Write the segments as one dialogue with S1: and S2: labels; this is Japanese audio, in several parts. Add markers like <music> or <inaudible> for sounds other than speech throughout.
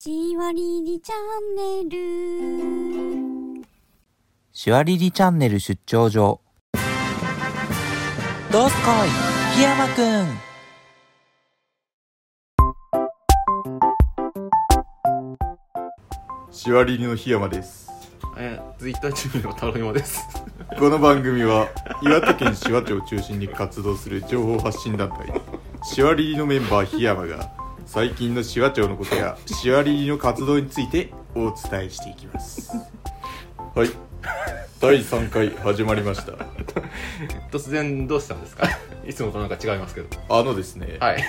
S1: じわりりチャンネル。
S2: シュワリリチャンネル出張所どうすこい檜山くん
S3: しわりりの檜山です
S4: えー、ツイッターチームの太郎山です。 <laughs>
S3: この番組は岩手県紫波町を中心に活動する情報発信団体しわりりのメンバー檜山が最近の紫波町のことやしわりりの活動についてお伝えしていきますはい第3回始まりました
S4: 突然どうしたん <laughs> ですかいつもとなんか違いますけど。
S3: あのですね、
S4: はい。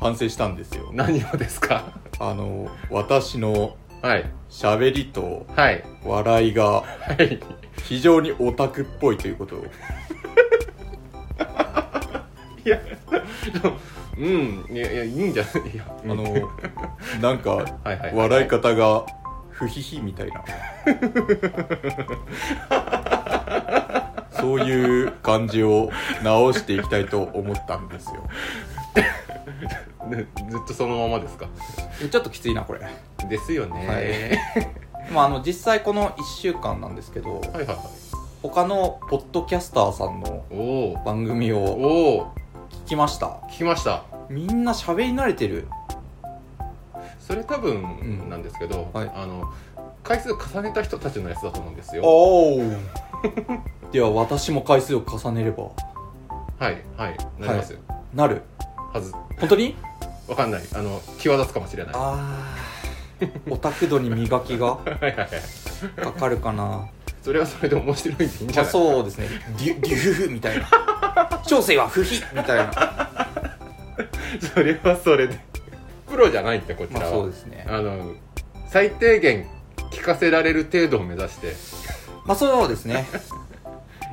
S3: 反省したんですよ
S4: 何をですか
S3: あの私の
S4: はい。
S3: 喋りと
S4: はい。
S3: 笑いが
S4: はい。
S3: 非常にオタクっぽいということを
S4: いや、でもうん、いや、いや、いいんじゃないいや、
S3: あのなんか
S4: はいはい。
S3: 笑い方が不ひひみたい
S2: <laughs>
S3: なそういう感じを直していきたいと思ったんですよ
S4: ねずっとそのままですか。
S2: ちょっときついなこれ
S4: ですよね。
S2: まああの実際この1週間なんですけど
S4: はい、はい、はい。
S2: 他のポッドキャスターさんの
S4: おー。
S2: 番組を
S4: おー。
S2: 聞きました
S4: 聞きました。
S2: みんな喋り慣れてる
S4: それ多
S2: ん
S4: 分なんですけど、
S2: はい
S4: あの、回数重ねた人たちのやつだと思うんですよ。
S2: おお <laughs> では私も回数を重ねれば
S4: はい、はい。なりますよ。
S2: なる
S4: はず。
S2: 本当に
S4: わかんない。あの、際立つかもしれない。は
S2: あー <laughs> オタク度に磨きが
S4: い、はい、はい。
S2: かかるかな
S4: それはそれで面白いんでいいんじゃ
S2: あ
S4: ない
S2: そう <laughs> ですねギュギュフフみたいな
S4: <laughs>
S2: 小生は不比みたいな
S4: それはそれでプロじゃないってこちら
S2: まあ
S4: は、
S2: そうですね
S4: あの最低限聞かせられる程度を目指して
S2: まあそうですね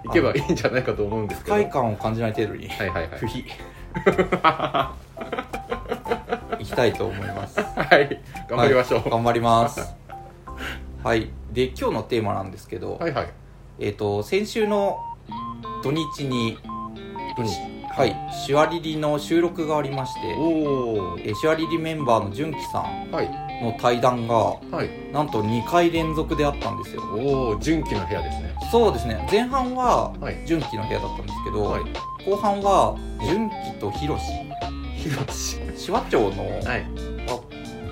S4: いけばいいんじゃないかと思うんです
S2: 不
S4: けどは
S2: 快
S4: い
S2: 感を感じない程度に
S4: はいはい
S2: 不
S4: <laughs>
S2: 比いきたいと思います
S4: はい頑張りましょう、
S2: はい頑張りますはいで今日のテーマなんですけど、
S4: はい、はい
S2: えっ、と先週の土日に
S4: 土日
S2: はい手話リリの収録がありまして
S4: おお
S2: えー手話リリメンバーの純喜さん
S4: はい
S2: の対談が
S4: はい
S2: なんと2回連続であったんですよ
S4: おお純喜の部屋ですね
S2: そうですね前半は
S4: はい
S2: 純喜の部屋だったんですけど、
S4: はい
S2: 後半は純喜とひろし
S4: ひろし
S2: 紫波町の、
S4: はい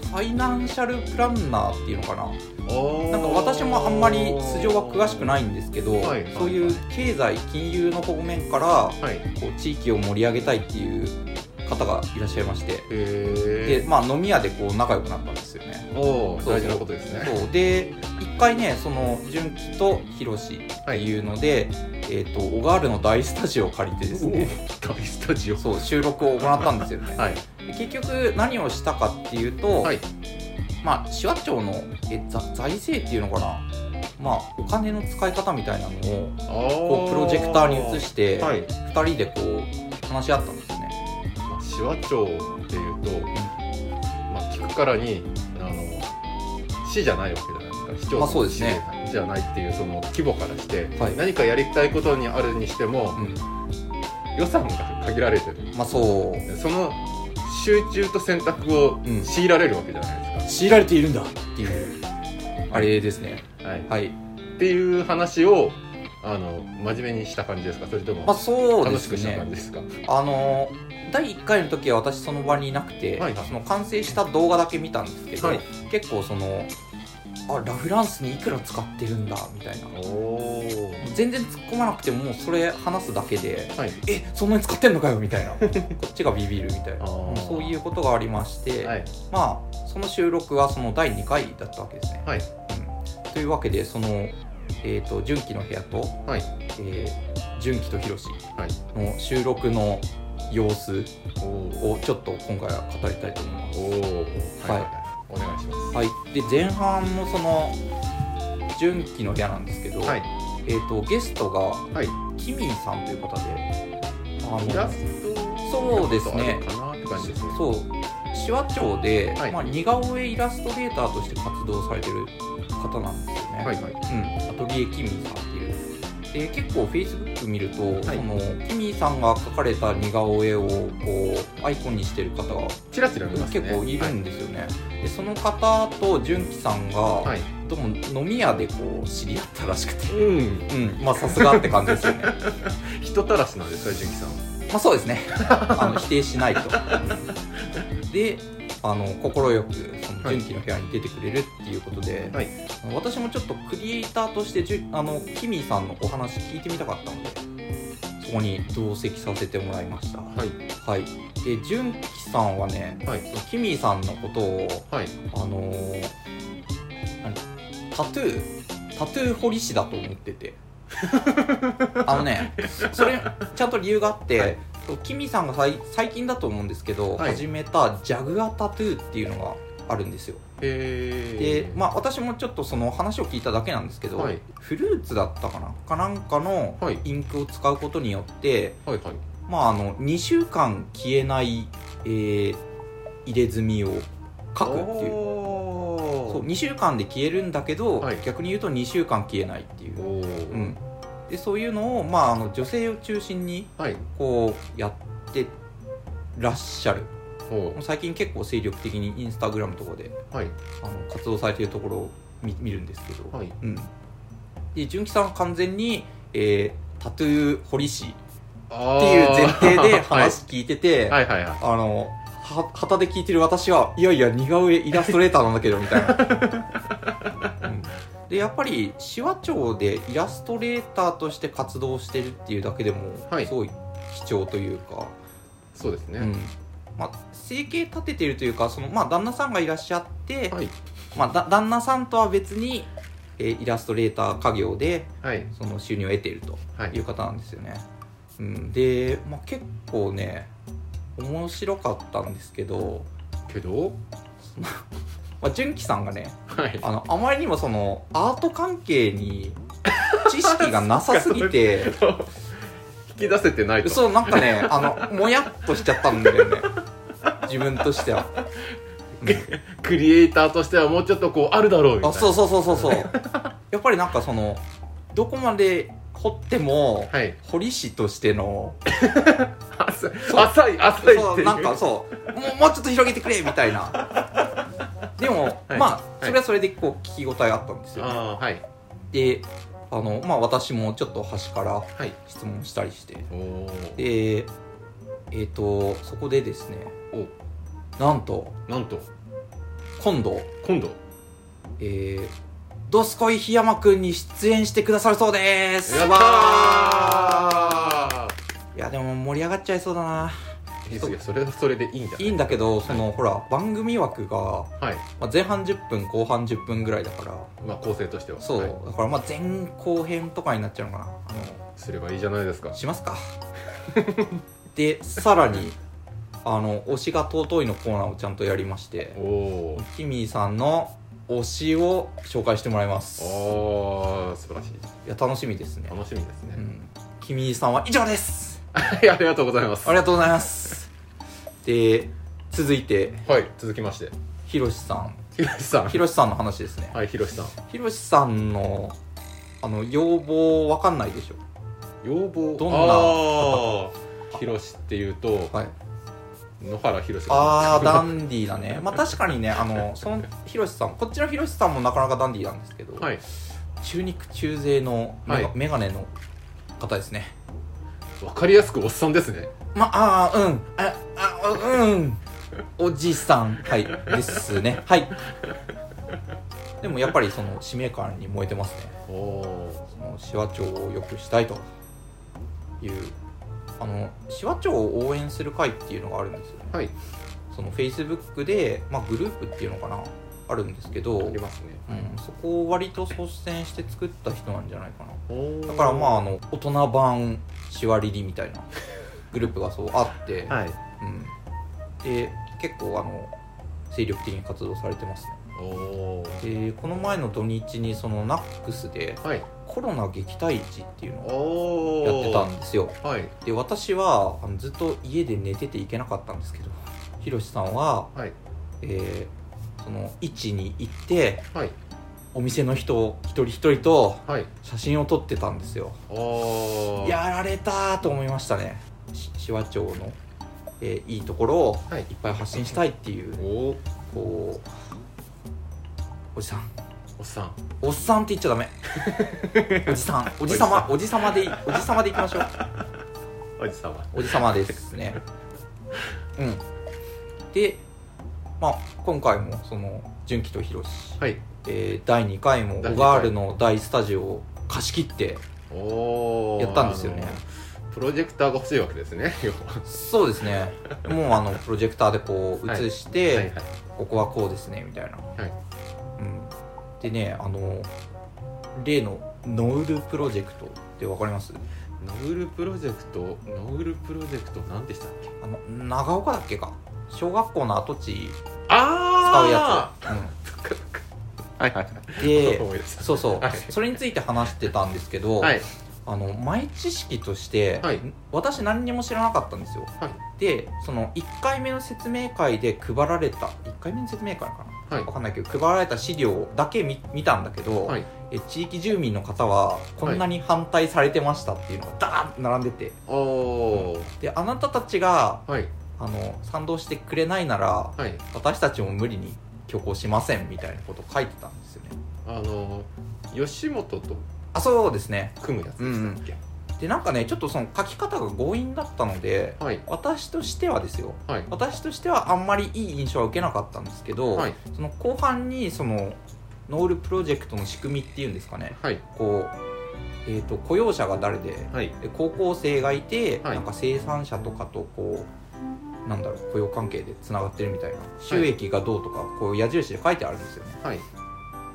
S2: ファイナンシャルプランナーっていうのかな
S4: お
S2: なんか私もあんまり素性は詳しくないいんですけど、
S4: はいはい
S2: そういう経済金融の方面から
S4: はい
S2: こう地域を盛り上げたいっていう方がいらっしゃいましてで
S4: へえ
S2: まあ飲み屋でこう仲良くなったんですよね
S4: おお
S2: そう
S4: 大事なことですね
S2: そうで一回ねその純喜とひろしっていうので、えー、とオガールの大スタジオを借りてですね
S4: おー大スタジオ
S2: そう収録を行ったんですよね、
S4: はい
S2: で結局何をしたかっていうと、
S4: はい
S2: まあ紫波町のえざ財政っていうのかなまあお金の使い方みたいなのをこうプロジェクターに移
S4: し
S2: して、
S4: はい
S2: 二人でこう話し合ったんですよね
S4: まあ、紫波町っていうと、まあ、聞くからにあの市じゃないわけじゃないですか市町
S2: ま
S4: 村
S2: あそうですね
S4: 市じゃないっていうその規模からして、
S2: はい
S4: 何かやりたいことにあるにしても、
S2: うん
S4: 予算が限られてる
S2: まあそう
S4: その集中と選択を
S2: うん
S4: 強いられるわけじゃないです
S2: 強いられているんだっていうあれですね
S4: か、はい
S2: はい
S4: っていう話をあの真面目にした感じですかそれとも
S2: まあそうで
S4: 楽し
S2: す
S4: くした
S2: ね
S4: 感じですか
S2: あの第1回の時は私その場にいなくて、
S4: はいはい
S2: その完成した動画だけ見たんですけど、
S4: はい
S2: 結構そのあラ・フランスにいくら使ってるんだみたいな
S4: おおー
S2: 全然突っ込まなくてももうそれ話すだけで
S4: はい
S2: えそんなに使ってんのかよみたい
S4: <laughs>
S2: なこっちがビビるみたいな
S4: あー
S2: そういうことがありまして、
S4: はい
S2: まあその収録はその第2回だったわけですね、
S4: はい
S2: うんというわけでそのえー、と純喜の部屋と、
S4: はい
S2: えー純喜とひろし
S4: はい
S2: の収録の様子
S4: おー
S2: をちょっと今回は語りたいと思いま
S4: お
S2: す
S4: お、
S2: はい
S4: お願いします。
S2: はい、で前半もその純喜の部屋なんですけど、
S4: はい、
S2: えー、とゲストが
S4: はい、
S2: キミンさんという方であ
S4: イラスト。
S2: そうですね
S4: かなって感じですね。
S2: そう紫波町で、
S4: はい
S2: まあ、似顔絵イラストレーターとして活動されてる方なんですよね、
S4: はい、はい、
S2: うん、アトリエキミーさんっていうで結構 Facebook 見ると、
S4: い
S2: そのキミーさんが関かれた似顔絵をこうアイコンにしてる方が
S4: チラチラ見ますね
S2: 結構いるんですよね、でその方と純喜さんが、
S4: はい、はい
S2: どうも飲み屋でこう知り合ったらしくて
S4: うん
S2: うんまあさすがって感じですよね
S4: <laughs>
S2: ま
S4: 人たらしなんですか純喜さん
S2: あそうですねあの否定しない
S4: <laughs>
S2: と、うんであの快くその純喜の部屋に出てくれるっていうことで、
S4: はい
S2: 私もちょっとクリエイターとしてじゅあのキミさんのお話聞いてみたかったのでそこに同席させてもらいましたは
S4: はい
S2: いで純喜さんはね
S4: はい
S2: そのキミさんのことを
S4: はい
S2: あのー何タトゥータトゥー彫り師だと思って
S4: <laughs>
S2: てあのねそれちゃんと理由があって、
S4: はい
S2: とキミさんがさい最近だと思うんですけど、
S4: はい
S2: 始めたジャグアタトゥーっていうのがあるんですよ
S4: え
S2: で、まあ、私もちょっとその話を聞いただけなんですけど、
S4: はいで
S2: フルーツだったかなかなんかの
S4: はい
S2: インクを使うことによって、
S4: はいはい
S2: まあ、あの2週間消えない、えー入れ墨を書くっていうそう
S4: お
S2: 2週間で消えるんだけど、
S4: はい
S2: 逆に言うと2週間消えないってい
S4: ー
S2: う、
S4: おー
S2: うん、でそういうのを、まあ、あの女性を中心に
S4: はい
S2: こうやってらっしゃる
S4: おー
S2: 最近結構精力的にインスタグラムとかで
S4: はい
S2: あの活動されてるところを見見るんですけど、
S4: はい
S2: うん、で純喜さんは完全に、えータトゥー彫り師っ
S4: って
S2: いう前提で
S4: <laughs> はい
S2: 話聞いてて、
S4: はいはいはい
S2: あの、は、旗で聞いてる私は、いやいや、似顔絵イラストレーターなんだけど、みたい
S4: <laughs>
S2: な。うんで、やっぱり、手話町でイラストレーターとして活動してるっていうだけでも、
S4: はい
S2: すごい貴重というか、
S4: そうですね、
S2: うん。まあ、生計立ててるというか、その、まあ、旦那さんがいらっしゃって、
S4: はい
S2: まあ、だ旦那さんとは別に、えーイラストレーター家業で、
S4: はい
S2: その収入を得ていると。
S4: はい
S2: いう方なんですよね。うん、で、まあ、結構ね面白かったんですけど、
S4: けど
S2: まあ、純喜さんがね
S4: はい
S2: あのあまりにもそのアート関係 <laughs> に知識がなさすぎて
S4: <laughs> 引き出せてないと
S2: そうなんかねあのもやっとしちゃったんだよね自分としては。うん
S4: クリエイターとしてはもうちょっとこうあるだろうみたい
S2: あ
S4: な
S2: そうそうそうそうそうやっぱりなんかそのどこまで掘っても
S4: はい
S2: 彫り師としての
S4: 浅い
S2: そう
S4: 浅い浅いっていう
S2: そうなんかそうもうもうちょっと広げてくれみたいな
S4: <laughs>
S2: でも、
S4: はい
S2: まあそれはそれでこう聞き応えあったんですよ、
S4: ああはい
S2: であのまあ私もちょっと端から
S4: はい
S2: 質問したりして
S4: おお
S2: でえっ、とそこでですねなんと
S4: なんと
S2: 今度
S4: 今度
S2: えードスコイ檜山くんに出演してくださるそうです
S4: やった
S2: いやでも盛り上がっちゃいそうだな
S4: ーいやいやそれはそれでいいんじゃない
S2: いいんだけどその、ほら番組枠が
S4: はい
S2: まあ、前半10分後半10分ぐらいだから
S4: まあ構成としては
S2: そう、
S4: はい
S2: だからまあ前後編とかになっちゃうのかなあ
S4: すればいいじゃないですか
S2: のしますか <laughs> でさらにあの「推しが尊い」のコーナーをちゃんとやりまして
S4: おお
S2: キミーさんの推しを紹介してもらいますい
S4: ああ素晴らしい
S2: や楽しみですね、
S4: 楽しみです
S2: う
S4: ね
S2: ん、キミーさんは以上です
S4: <laughs> はいありがとうございます
S2: あ
S4: は
S2: りがとうございますで続いて
S4: い続きまして
S2: ひろしさん
S4: ひろしさん
S2: ひろしさんの話ですね
S4: はいひろしさん
S2: ひろしさんのあの要望わかんないでしょ
S4: 要望
S2: どんな
S4: あーひろしっていうと
S2: はい
S4: 野原ひろしさん
S2: あーダンディーだねまあ確かにねあのそのひろしさんこっちのひろしさんもなかなかダンディーなんですけど、
S4: はい
S2: 中肉中背のメガ,、
S4: はい
S2: メガネの方ですね
S4: わかりやすくおっさんですね
S2: まああーうんああうんおじさんはいです
S5: <laughs>
S2: ねはいでもやっぱりその使命感に燃えてますね
S4: おお
S2: その紫波町を良くしたいというあの紫波町を応援する会っていうのがあるんですよね
S4: はい
S2: その Facebook で、まあ、グループっていうのかなあるんですけど、
S4: あり
S2: う
S4: ますね
S2: ん、そこを割と率先して作った人なんじゃないかな
S4: だ
S2: だからまああの大人版シワリリみたいな <laughs> グループがそうあって、
S4: はい
S2: うん、で結構あの精力的に活動されてます
S4: おおー
S2: ねでこの前の土日にそのナックスで
S4: はい
S2: コロナ撃退時っていうのを
S4: お
S2: やってたんですよ
S4: たはい
S2: で私はあのずっと家で寝てていけなかったんですけどひろしさんは
S4: はい
S2: えーその位置に行って
S4: はい
S2: お店の人一人一人と
S4: はい
S2: 写真を撮ってたんですよ
S4: おお
S2: やられたーと思いましたねし紫波町の、えーいいところを
S4: はい
S2: いっぱい発信したいっていう、
S4: おー
S2: こうおじさん
S4: おっさん
S2: おっさんって言っちゃダメおじさんおじさまおじさまでいおじさまでいきましょう
S4: おじさま
S2: おじさまですねうんでまあ今回もその純喜とひろし、
S4: はい
S2: えー第2回もオ
S4: 第二回
S2: ガールの大スタジオを貸し切って
S4: おー
S2: やったんですよね
S4: あのプロジェクターが欲しいわけですね要は
S2: そうですねもうあのプロジェクターでこう
S4: はい
S2: 映して、
S4: はいはい
S2: ここはこうですねみたいな、
S4: い
S2: うん、でねあの例のノウルプロジェクトってわかります
S4: ノウルプロジェクトノウルプロジェクト何でしたっけ
S2: あの長岡だっけか小学校の跡地使うや
S4: あ
S2: つ、うん
S4: あはいはい <laughs> はい
S2: で
S4: 思い出した
S2: そうそう、
S4: はい
S2: それについて話してたんですけど、
S4: はい
S2: あの前知識として、
S4: はい
S2: 私何にも知らなかったんですよ、
S4: は
S2: でその1回目の説明会で配られた1回目の説明会かな、
S4: はい
S2: わかんないけど配られた資料だけ見見たんだけど、
S4: はい
S2: え地域住民の方はこんなに反対されてましたっていうのがダーンと並んでて
S4: おー
S2: であなたたちが
S4: はい
S2: あの賛同してくれないなら
S4: はい
S2: 私たちも無理に挙行しませんみたいなこと書いてたんですよね
S4: あの吉本と
S2: あそうですね
S4: 組むやつでしたっけ、
S2: でなんかねちょっとその書き方が強引だったので
S4: はい
S2: 私としてはですよ
S4: はい
S2: 私としてはあんまりいい印象は受けなかったんですけど、
S4: はい
S2: その後半にそのノールプロジェクトの仕組みっていうんですかね
S4: はい
S2: こう、えー、と雇用者が誰で
S4: はい
S2: で高校生がいて、
S4: はい
S2: なんか生産者とかとこうなんだろう雇用関係でつながってるみたいな収益がどうとかこう矢印で書いてあるんですよね
S4: はい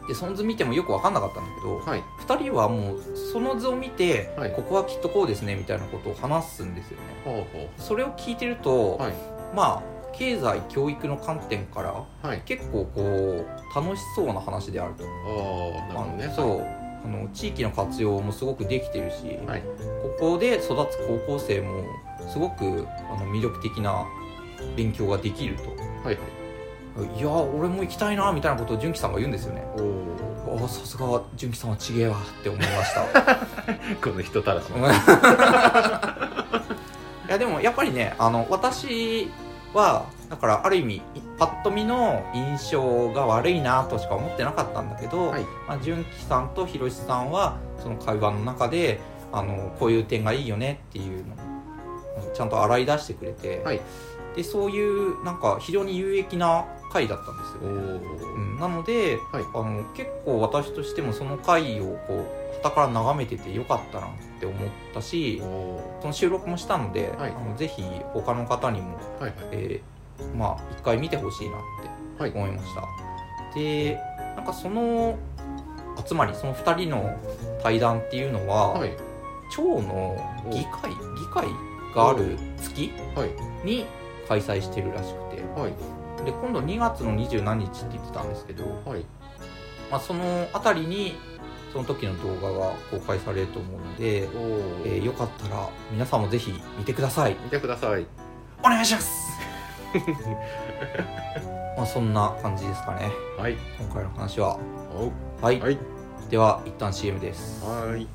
S2: でその図見てもよく分かんなかったんだけど、
S4: はい
S2: 2人はもうその図を見て、
S4: はい
S2: ここはきっとこうですねみたいなことを話すんですよね
S4: ほうほ
S2: それを聞いてると、
S4: うはい
S2: まあ経済教育の観点から
S4: はい
S2: 結構こう楽しそうな話であると
S4: ああなるほど
S2: あ
S4: ね
S2: のそうあの地域の活用もすごくできてるし、
S4: はい
S2: ここで育つ高校生もすごくあの魅力的な勉強ができると
S4: はいはい
S2: いやー俺も行きたいなみたいなことを純喜さんが言うんですよね
S4: おお
S2: あーさすが純喜さんはちげえわって思いました
S4: この人たらしの
S2: <laughs> いやでもやっぱりねあの私はだからある意味いパッと見の印象が悪いなとしか思ってなかったんだけど、
S4: はい
S2: まあ、純喜さんとひろしさんはその会話の中であのこういう点がいいよねっていうのをちゃんと洗い出してくれて、
S4: はい
S2: でそういうなんか非常に有益な回だったんです
S4: お
S2: よね、う
S4: ー
S2: ん、なので、
S4: はい
S2: あの結構私としてもその回をこう傍から眺めててよかったなって思ったし
S4: お
S2: その収録もしたので、
S4: はい
S2: あのぜひ他の方にも、
S4: ーはいはい
S2: えーまあ一回見てほしいなって
S4: はい
S2: 思いました、でなんかそのあつまりその2人の対談っていうのは、
S4: はい
S2: 町の議会議会がある月
S4: はい
S2: に開催してるらしくて
S4: はい
S2: で今度2月の二十何日って言ってたんですけど、
S4: はい
S2: まあ、その辺りにその時の動画が公開されると思うので、
S4: お
S2: えー
S4: ー
S2: よかったら皆さんもぜひ見てください
S4: 見てください
S2: お願いします <laughs> まあそんな感じですかね
S4: はい
S2: 今回の話は
S4: お
S2: はい、
S4: はい
S2: では一旦 CM です
S4: はい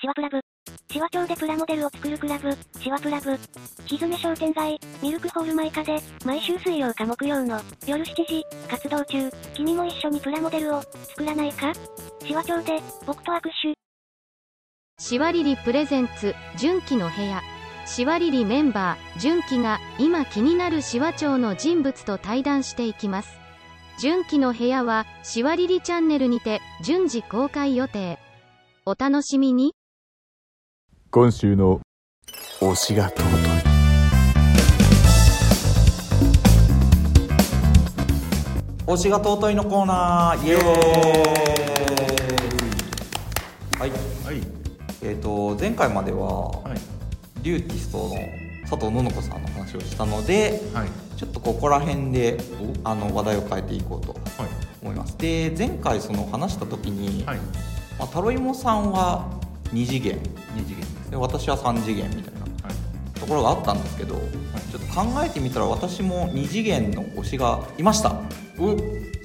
S1: シワプラブ。シワ町でプラモデルを作るクラブ、シワプラブ。ひずめ商店街、ミルクホールマイカで、毎週水曜か木曜の夜7時、活動中、君も一緒にプラモデルを作らないかシワ町で、僕と握手。
S6: シワリリプレゼンツ純喜の部屋シワリリメンバー純喜が今気になるシワ町の人物と対談していきます純喜の部屋はシワリリチャンネルにて順次公開予定お楽しみに
S3: 今週の推しが尊い
S2: 推しが尊いのコーナーイエーイはい、
S3: はい
S2: えっ、と前回までは、
S3: はい
S2: リューティストの佐藤ののこさんの話をしたので
S3: はい
S2: ちょっとここら辺であの話題を変えていこうと
S3: はい
S2: 思いますで前回その話した時に、
S3: い
S2: まあ、タロイモさんは2次元
S3: 二次元です
S2: で私は3次元みたいな
S3: はい
S2: ところがあったんですけど、ちょっと考えてみたら私も2次元の推しがいました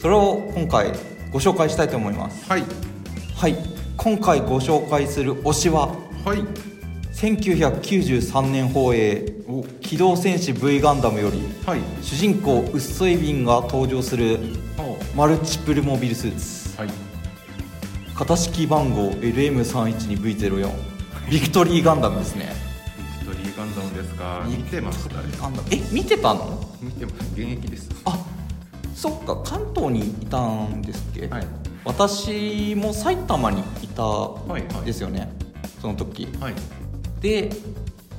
S2: それを今回ご紹介したいと思います
S3: はい
S2: はい今回ご紹介する推しは
S3: はい
S5: 1993年放映「機動戦士 V ガンダム」より
S7: はい
S5: 主人公ウッソイビンが登場するマルチプルモビルスーツ
S7: はい
S5: 型式番号 LM312V04 ビクトリーガンダムですね
S7: ビクトリーガンダムですか見てましたね
S5: ガンダムえ見てたの
S7: 見てます現役です
S5: あそっか関東にいたんですっけ、
S7: はい
S5: 私も埼玉にい
S7: い
S5: た
S7: は
S5: ん
S7: い
S5: ですよね、その時
S7: はい
S5: で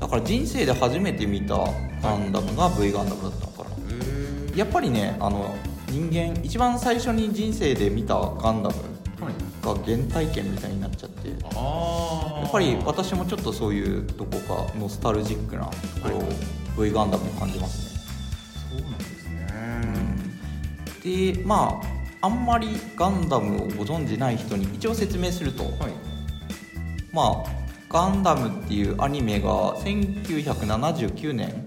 S5: だから人生で初めて見たガンダムが V ガンダムだったのかな、やっぱりねあの人間一番最初に人生で見たガンダム
S7: はい
S5: が原体験みたいになっちゃってや
S7: ああ
S5: っぱり私もちょっとそういうどこかノスタルジックなところを V ガンダムに感じますね
S7: そうなんですね
S5: でまああんまりガンダムをご存じない人に一応説明すると、
S7: はい
S5: まあ「ガンダム」っていうアニメが1979年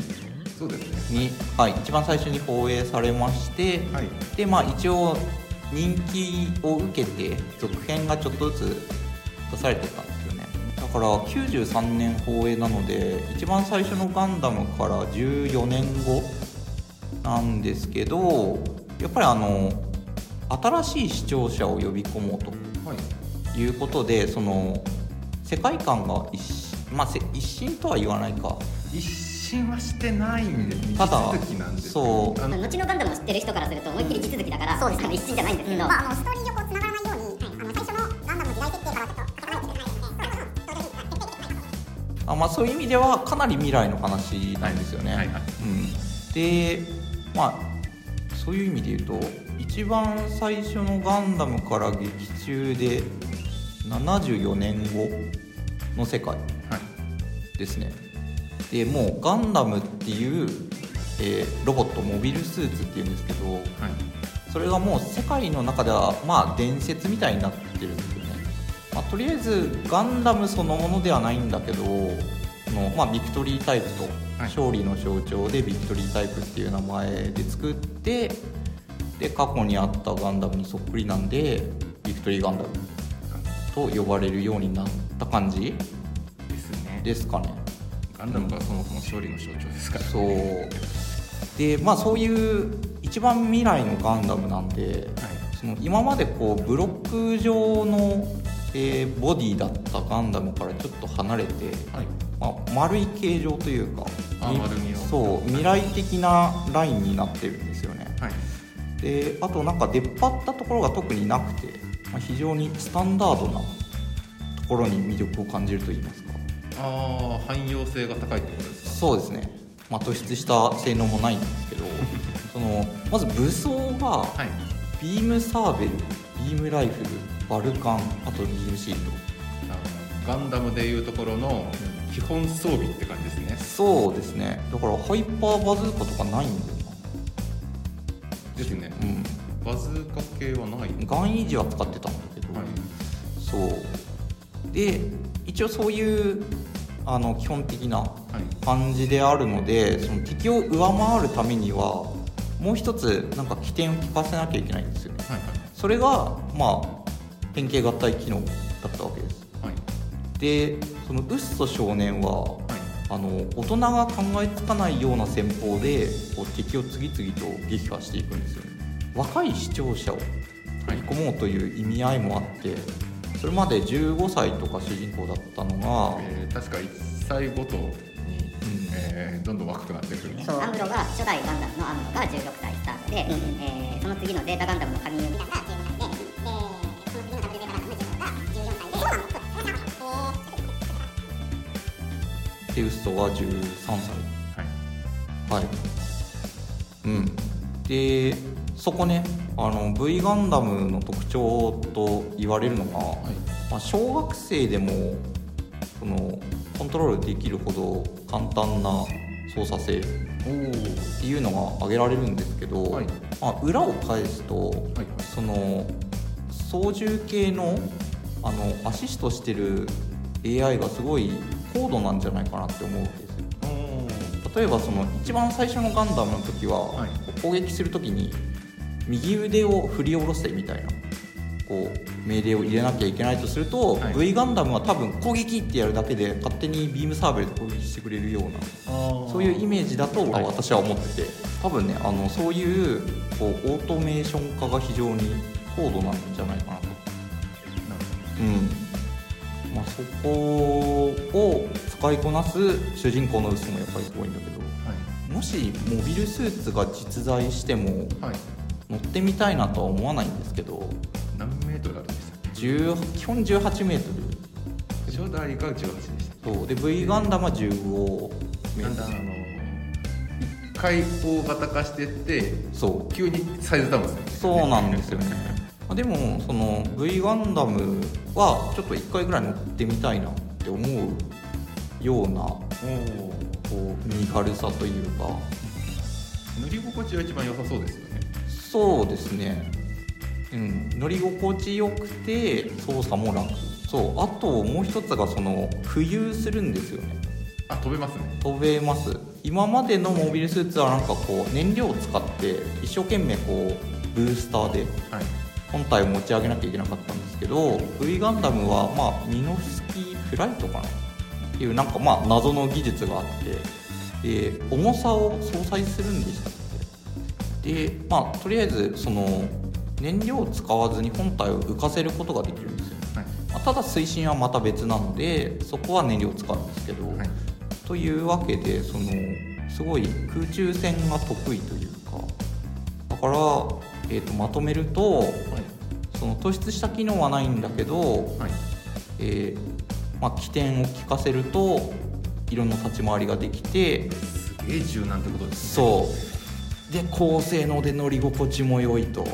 S7: そうですね
S5: に、はい、一番最初に放映されまして、
S7: はい
S5: でまあ一応人気を受けて続編がちょっとずつ出されてたんですよねだから93年放映なので一番最初の「ガンダム」から14年後なんですけどやっぱりあの新しい視聴者を呼び込もうと
S7: はい
S5: いうことでその世界観が一新まあせ一新とは言わないか
S7: 一新はしてないんですね
S5: ただ
S7: 地続きなんですよ
S5: そう
S7: あの
S8: 後のガンダムを知ってる人からすると思いっきり地続きだからそうです、ね、一心じゃないんですけど、
S9: まあ、あのストーリー上こう繋がらないように、あの最初のガンダムの時代設定からちょっと頭に入ってないので、それこそ登場人物が出てきてない
S5: あまあ、そういう意味ではかなり未来の話なんですよね。
S7: はいはい
S5: うん、でまあそういう意味で言うと一番最初の「ガンダム」から劇中で74年後の世界ですね。でもう「ガンダム」っていう、えーロボットモビルスーツっていうんですけど
S7: はい
S5: それがもう世界の中ではまあ伝説みたいになってるんですよね、まあ、とりあえずガンダムそのものではないんだけどこの、まあ、ビクトリータイプと
S7: はい
S5: 勝利の象徴でビクトリータイプっていう名前で作ってで過去にあったガンダムにそっくりなんでビクトリーガンダムと呼ばれるようになった感じ
S7: ですね
S5: ですかね
S7: ガンダムがそもそも勝利の象徴ですから
S5: そうでまあそういう一番未来のガンダムなんで、その今までこうブロック状の、えーボディだったガンダムからちょっと離れて、
S7: はい
S5: まあ、丸い形状というか
S7: あ
S5: み
S7: 丸みを
S5: そう未来的なラインになってるんですよね
S7: はい
S5: であとなんか出っ張ったところが特になくて、まあ、非常にスタンダードなところに魅力を感じると言いますか
S7: ああ汎用性が高いってことですか
S5: そうですね、まあ、突出した性能もないんです <laughs> けどそのまず武装が
S7: はい
S5: ビームサーベルビームライフルバルカンあとビームシールド
S7: あのガンダムでいうところの基本装備って感じですね
S5: そうですねだからハイパーバズーカとかないんだよ
S7: ですね
S5: なうん
S7: バズーカ系はない
S5: ガンイージは使ってたんだけど、
S7: はい
S5: そうで一応そういうあの基本的ない感じであるのでその敵を上回るためにはもう一つなんか起点を利かせなきゃいけないんですよね
S7: はい
S5: それがまあ変形合体機能だったわけです
S7: はい
S5: でそのウッソ少年は、あの大人が考えつかないような戦法でこう敵を次々と撃破していくんですよね若い視聴者を取り込もうという意味合いもあってそれまで15歳とか主人公だったの
S7: はいえー確か1歳ごとに、えーどんどん若くなってくる
S8: そうアムロが初代ガンダムのアムロが16歳スタートで、えーその次のゼータガンダムの神ユ
S9: みたいなのが15歳で、で、その次の WB ガンダムの15が14歳で、そうなのそうなの
S5: がでウッソが13歳
S7: はい
S5: はい、うん、でそこねあの V ガンダムの特徴と言われるのが、まあ、小学生でもそのコントロールできるほど簡単な操作性っていうのが挙げられるんですけど、
S7: はい
S5: まあ、裏を返すと、
S7: はい
S5: その操縦系のあのアシストしてる AI がすごい高度なんじゃないかなって思うんですよ。
S7: おー
S5: 例えばその一番最初のガンダムの時は、
S7: はい
S5: こう攻撃する時に右腕を振り下ろせみたいなこう命令を入れなきゃいけないとすると、
S7: はい
S5: V ガンダムは多分攻撃ってやるだけで勝手にビームサーベルで攻撃してくれるようなそういうイメージだと、
S7: はい
S5: 私は思ってて多分ねあのそういうこうオートメーション化が非常に高度なんじゃないかなと。うんまあ、そこを使いこなす主人公の嘘もやっぱりすごいんだけど
S7: は
S5: もしモビルスーツが実在しても
S7: い、はい、
S5: 乗ってみたいなとは思わないんですけど
S7: 何メートルあるんですか
S5: 10基本18メートル
S7: 初代が18でした
S5: そうで V ガンダムは15メ
S7: だ
S5: ー
S7: んだんあ
S5: トル
S7: の一回大型化してって
S5: そう
S7: 急にサイズダウンするんですよ
S5: そうなんです
S7: <laughs>
S5: よねまあでもその V ガンダムはちょっと1回ぐらい乗ってみたいなって思うようなこう身軽さというか
S7: 塗り心地が一番良さそうですよね
S5: そうですねうん乗り心地よくて操作も楽そうあともう一つがその浮遊するんですよね
S7: あ飛べますね
S5: 飛べます今までのモビルスーツはなんかこう燃料を使って一生懸命こうブースターで
S7: はい
S5: 本体を持ち上げなきゃいけなかったんですけど V ガンダムはまあミノフスキーフライトかなっていうなんかまあ謎の技術があってで重さを相殺するんでしたっけでまあとりあえずその燃料を使わずに本体を浮かせることができるんですよ、
S7: はい
S5: まあただ推進はまた別なのでそこは燃料を使うんですけど、
S7: はい
S5: というわけでそのすごい空中戦が得意というかだから、えー、とまとめると、その突出した機能はないんだけど、
S7: はい
S5: えーまあ、起点を利かせると色の立ち回りができて
S7: すげえ柔軟ってことですね
S5: そうで高性能で乗り心地も良いと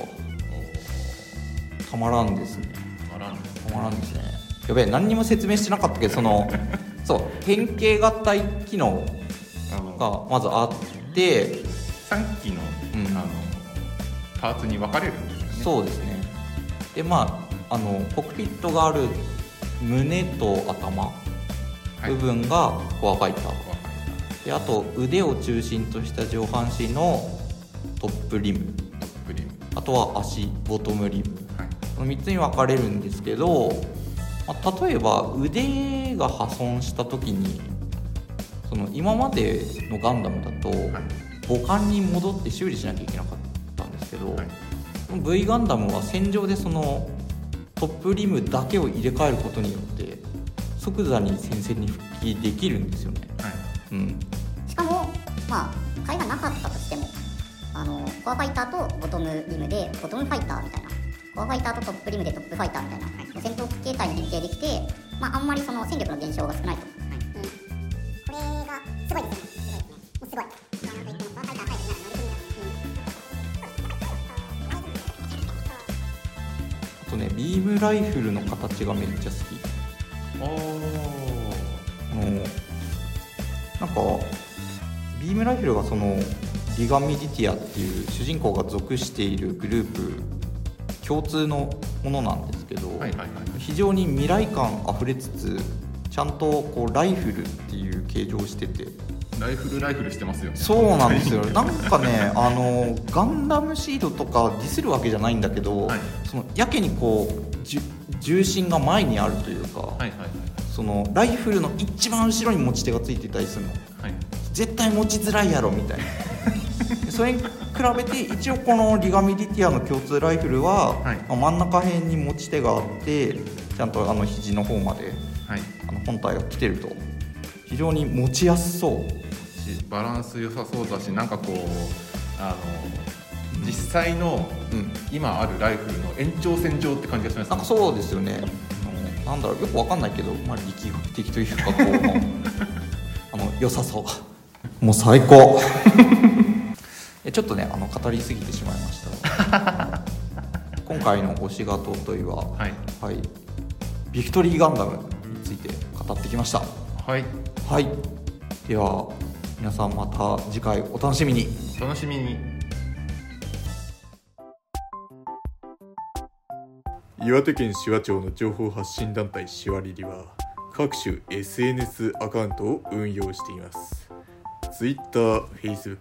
S5: たまらんですね
S7: あらんです
S5: たまらんですねやべえ何にも説明してなかったけどその <laughs> そう変形合体機能
S7: あの
S5: がまずあって
S7: 3機の,、
S5: うん
S7: あのパーツに分かれるんですよね
S5: そうですねでまああのコックピットがある胸と頭
S7: はい
S5: 部分がコアファイター、
S7: 分か
S5: であと腕を中心とした上半身のトップリム
S7: れたトップリム
S5: あとは足ボトムリム
S7: はい
S5: この3つに分かれるんですけど、まあ例えば腕が破損した時にその今までのガンダムだと
S7: はい
S5: 母艦に戻って修理しなきゃいけなかったんですけど、
S7: はい
S5: V ガンダムは戦場でそのトップリムだけを入れ替えることによって即座に戦線に復帰できるんですよね。
S7: はい
S5: うん、
S9: しかもまあ買いがなかったとしてもあのコアファイターとボトムリムでボトムファイターみたいなコアファイターとトップリムでトップファイターみたいな、戦闘形態に変形できて、まあ、あんまりその戦力の減少が少ないと、これがすごいですねすごいですねもうすごいなんといってもバカ高いですね
S5: あとねビームライフルの形がめっちゃ好き。
S7: おー
S5: もうなんかビームライフルがそのリガミディティアっていう主人公が属しているグループ共通のものなんですけど、
S7: はいはいはい
S5: 非常に未来感あふれつつちゃんとこうライフルっていう形状をしてて
S7: ライフルライフルしてますよね
S5: そうなんですよ <laughs> なんかねあのガンダムシードとかディスるわけじゃないんだけど、
S7: はい
S5: そのやけにこうじゅ重心が前にあるというか、
S7: はいはい
S5: そのライフルの一番後ろに持ち手がついてたりするの。
S7: はいはい
S5: 絶対持ちづらいやろみたい
S7: <laughs>
S5: なそれに比べて一応このリガミディティアの共通ライフルは、
S7: はい
S5: まあ真ん中辺に持ち手があってちゃんとあの肘の方まで
S7: はい
S5: あの本体が来てると非常に持ちやすそう
S7: しバランス良さそうだしなんかこうあの実際の
S5: うん
S7: 今あるライフルの延長線上って感じがします
S5: なんかそうですよねあのなんだろうよくわかんないけど、まあ、力学的というかこうあの良さそうもう最高 <laughs> えちょっとねあの語りすぎてしまいました今回の推しが尊いは、
S7: はい
S5: はい、ビクトリーガンダムについて語ってきました。
S7: はい
S5: はい、では皆さんまた次回お楽しみに。
S7: お楽しみに
S3: 岩手県紫波町の情報発信団体しわりりは各種 SNS アカウントを運用しています Twitter、Facebook、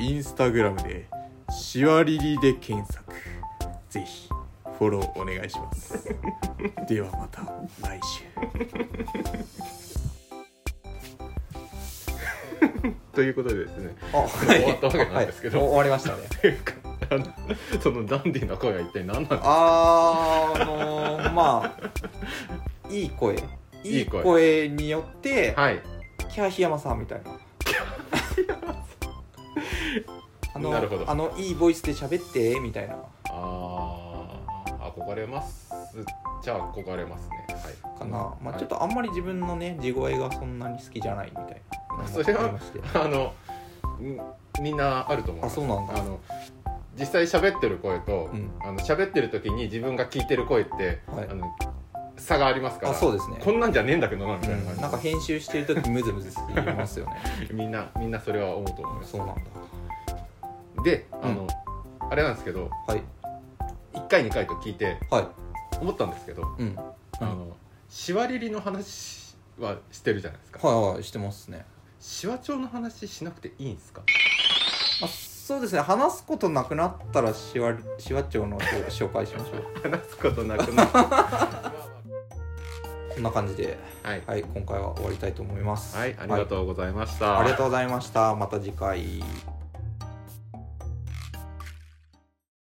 S3: Instagram でしわりりで検索ぜひフ
S2: フォローお願いしますではまた来週
S4: ということでですね
S5: あ、は
S4: 終わったわけなんですけど
S5: はいお終わりましたね。
S4: というかあのそのダンディーな声は一体何なん
S5: あーあのー
S4: <laughs>
S5: まあいい声い
S4: い
S5: い
S4: い
S5: 声
S4: 声
S5: によって、
S4: はい
S5: キャーヒヤマさんみたいなあの
S4: なるほど
S5: あのいいボイスで喋ってみたいな
S4: ああ憧れますじゃあ憧れますねはい
S5: かな、ま
S4: は
S5: あ、
S4: い
S5: ちょっとあんまり自分のね地声がそんなに好きじゃないみたいな
S4: それは
S5: ありまして
S4: <laughs> あのんみんなあると思う
S5: あそうなんだ
S4: あの実際喋ってる声と、
S5: うん
S4: あの喋ってる時に自分が聞いてる声って、
S5: はい
S4: あの差がありますから
S5: あそうですね
S4: こんなんじゃねえんだけどなみたいな感じ、
S5: うんなんか編集してる時ムズムズ言いますよね
S4: みんなみんなそれは思うと思います
S5: そうなんだ
S4: であの、あれなんですけど
S5: はい
S4: 1回2回と聞いて
S5: は
S4: 思ったんですけど、
S5: いうん
S4: あのしわりりの話はしてるじゃないですか
S5: はいはいしてますね
S4: しわ調の話しなくていいんですか <laughs>
S5: まあ、そうですね話すことなくなったらしわしわ町の紹介しましょう
S4: 話すことなくな
S5: <laughs>
S4: る
S5: こんな感じで
S4: はい、
S5: はい今回は終わりたいと思います
S4: はい、ありがとうございました、
S5: はいありがとうございましたまた次回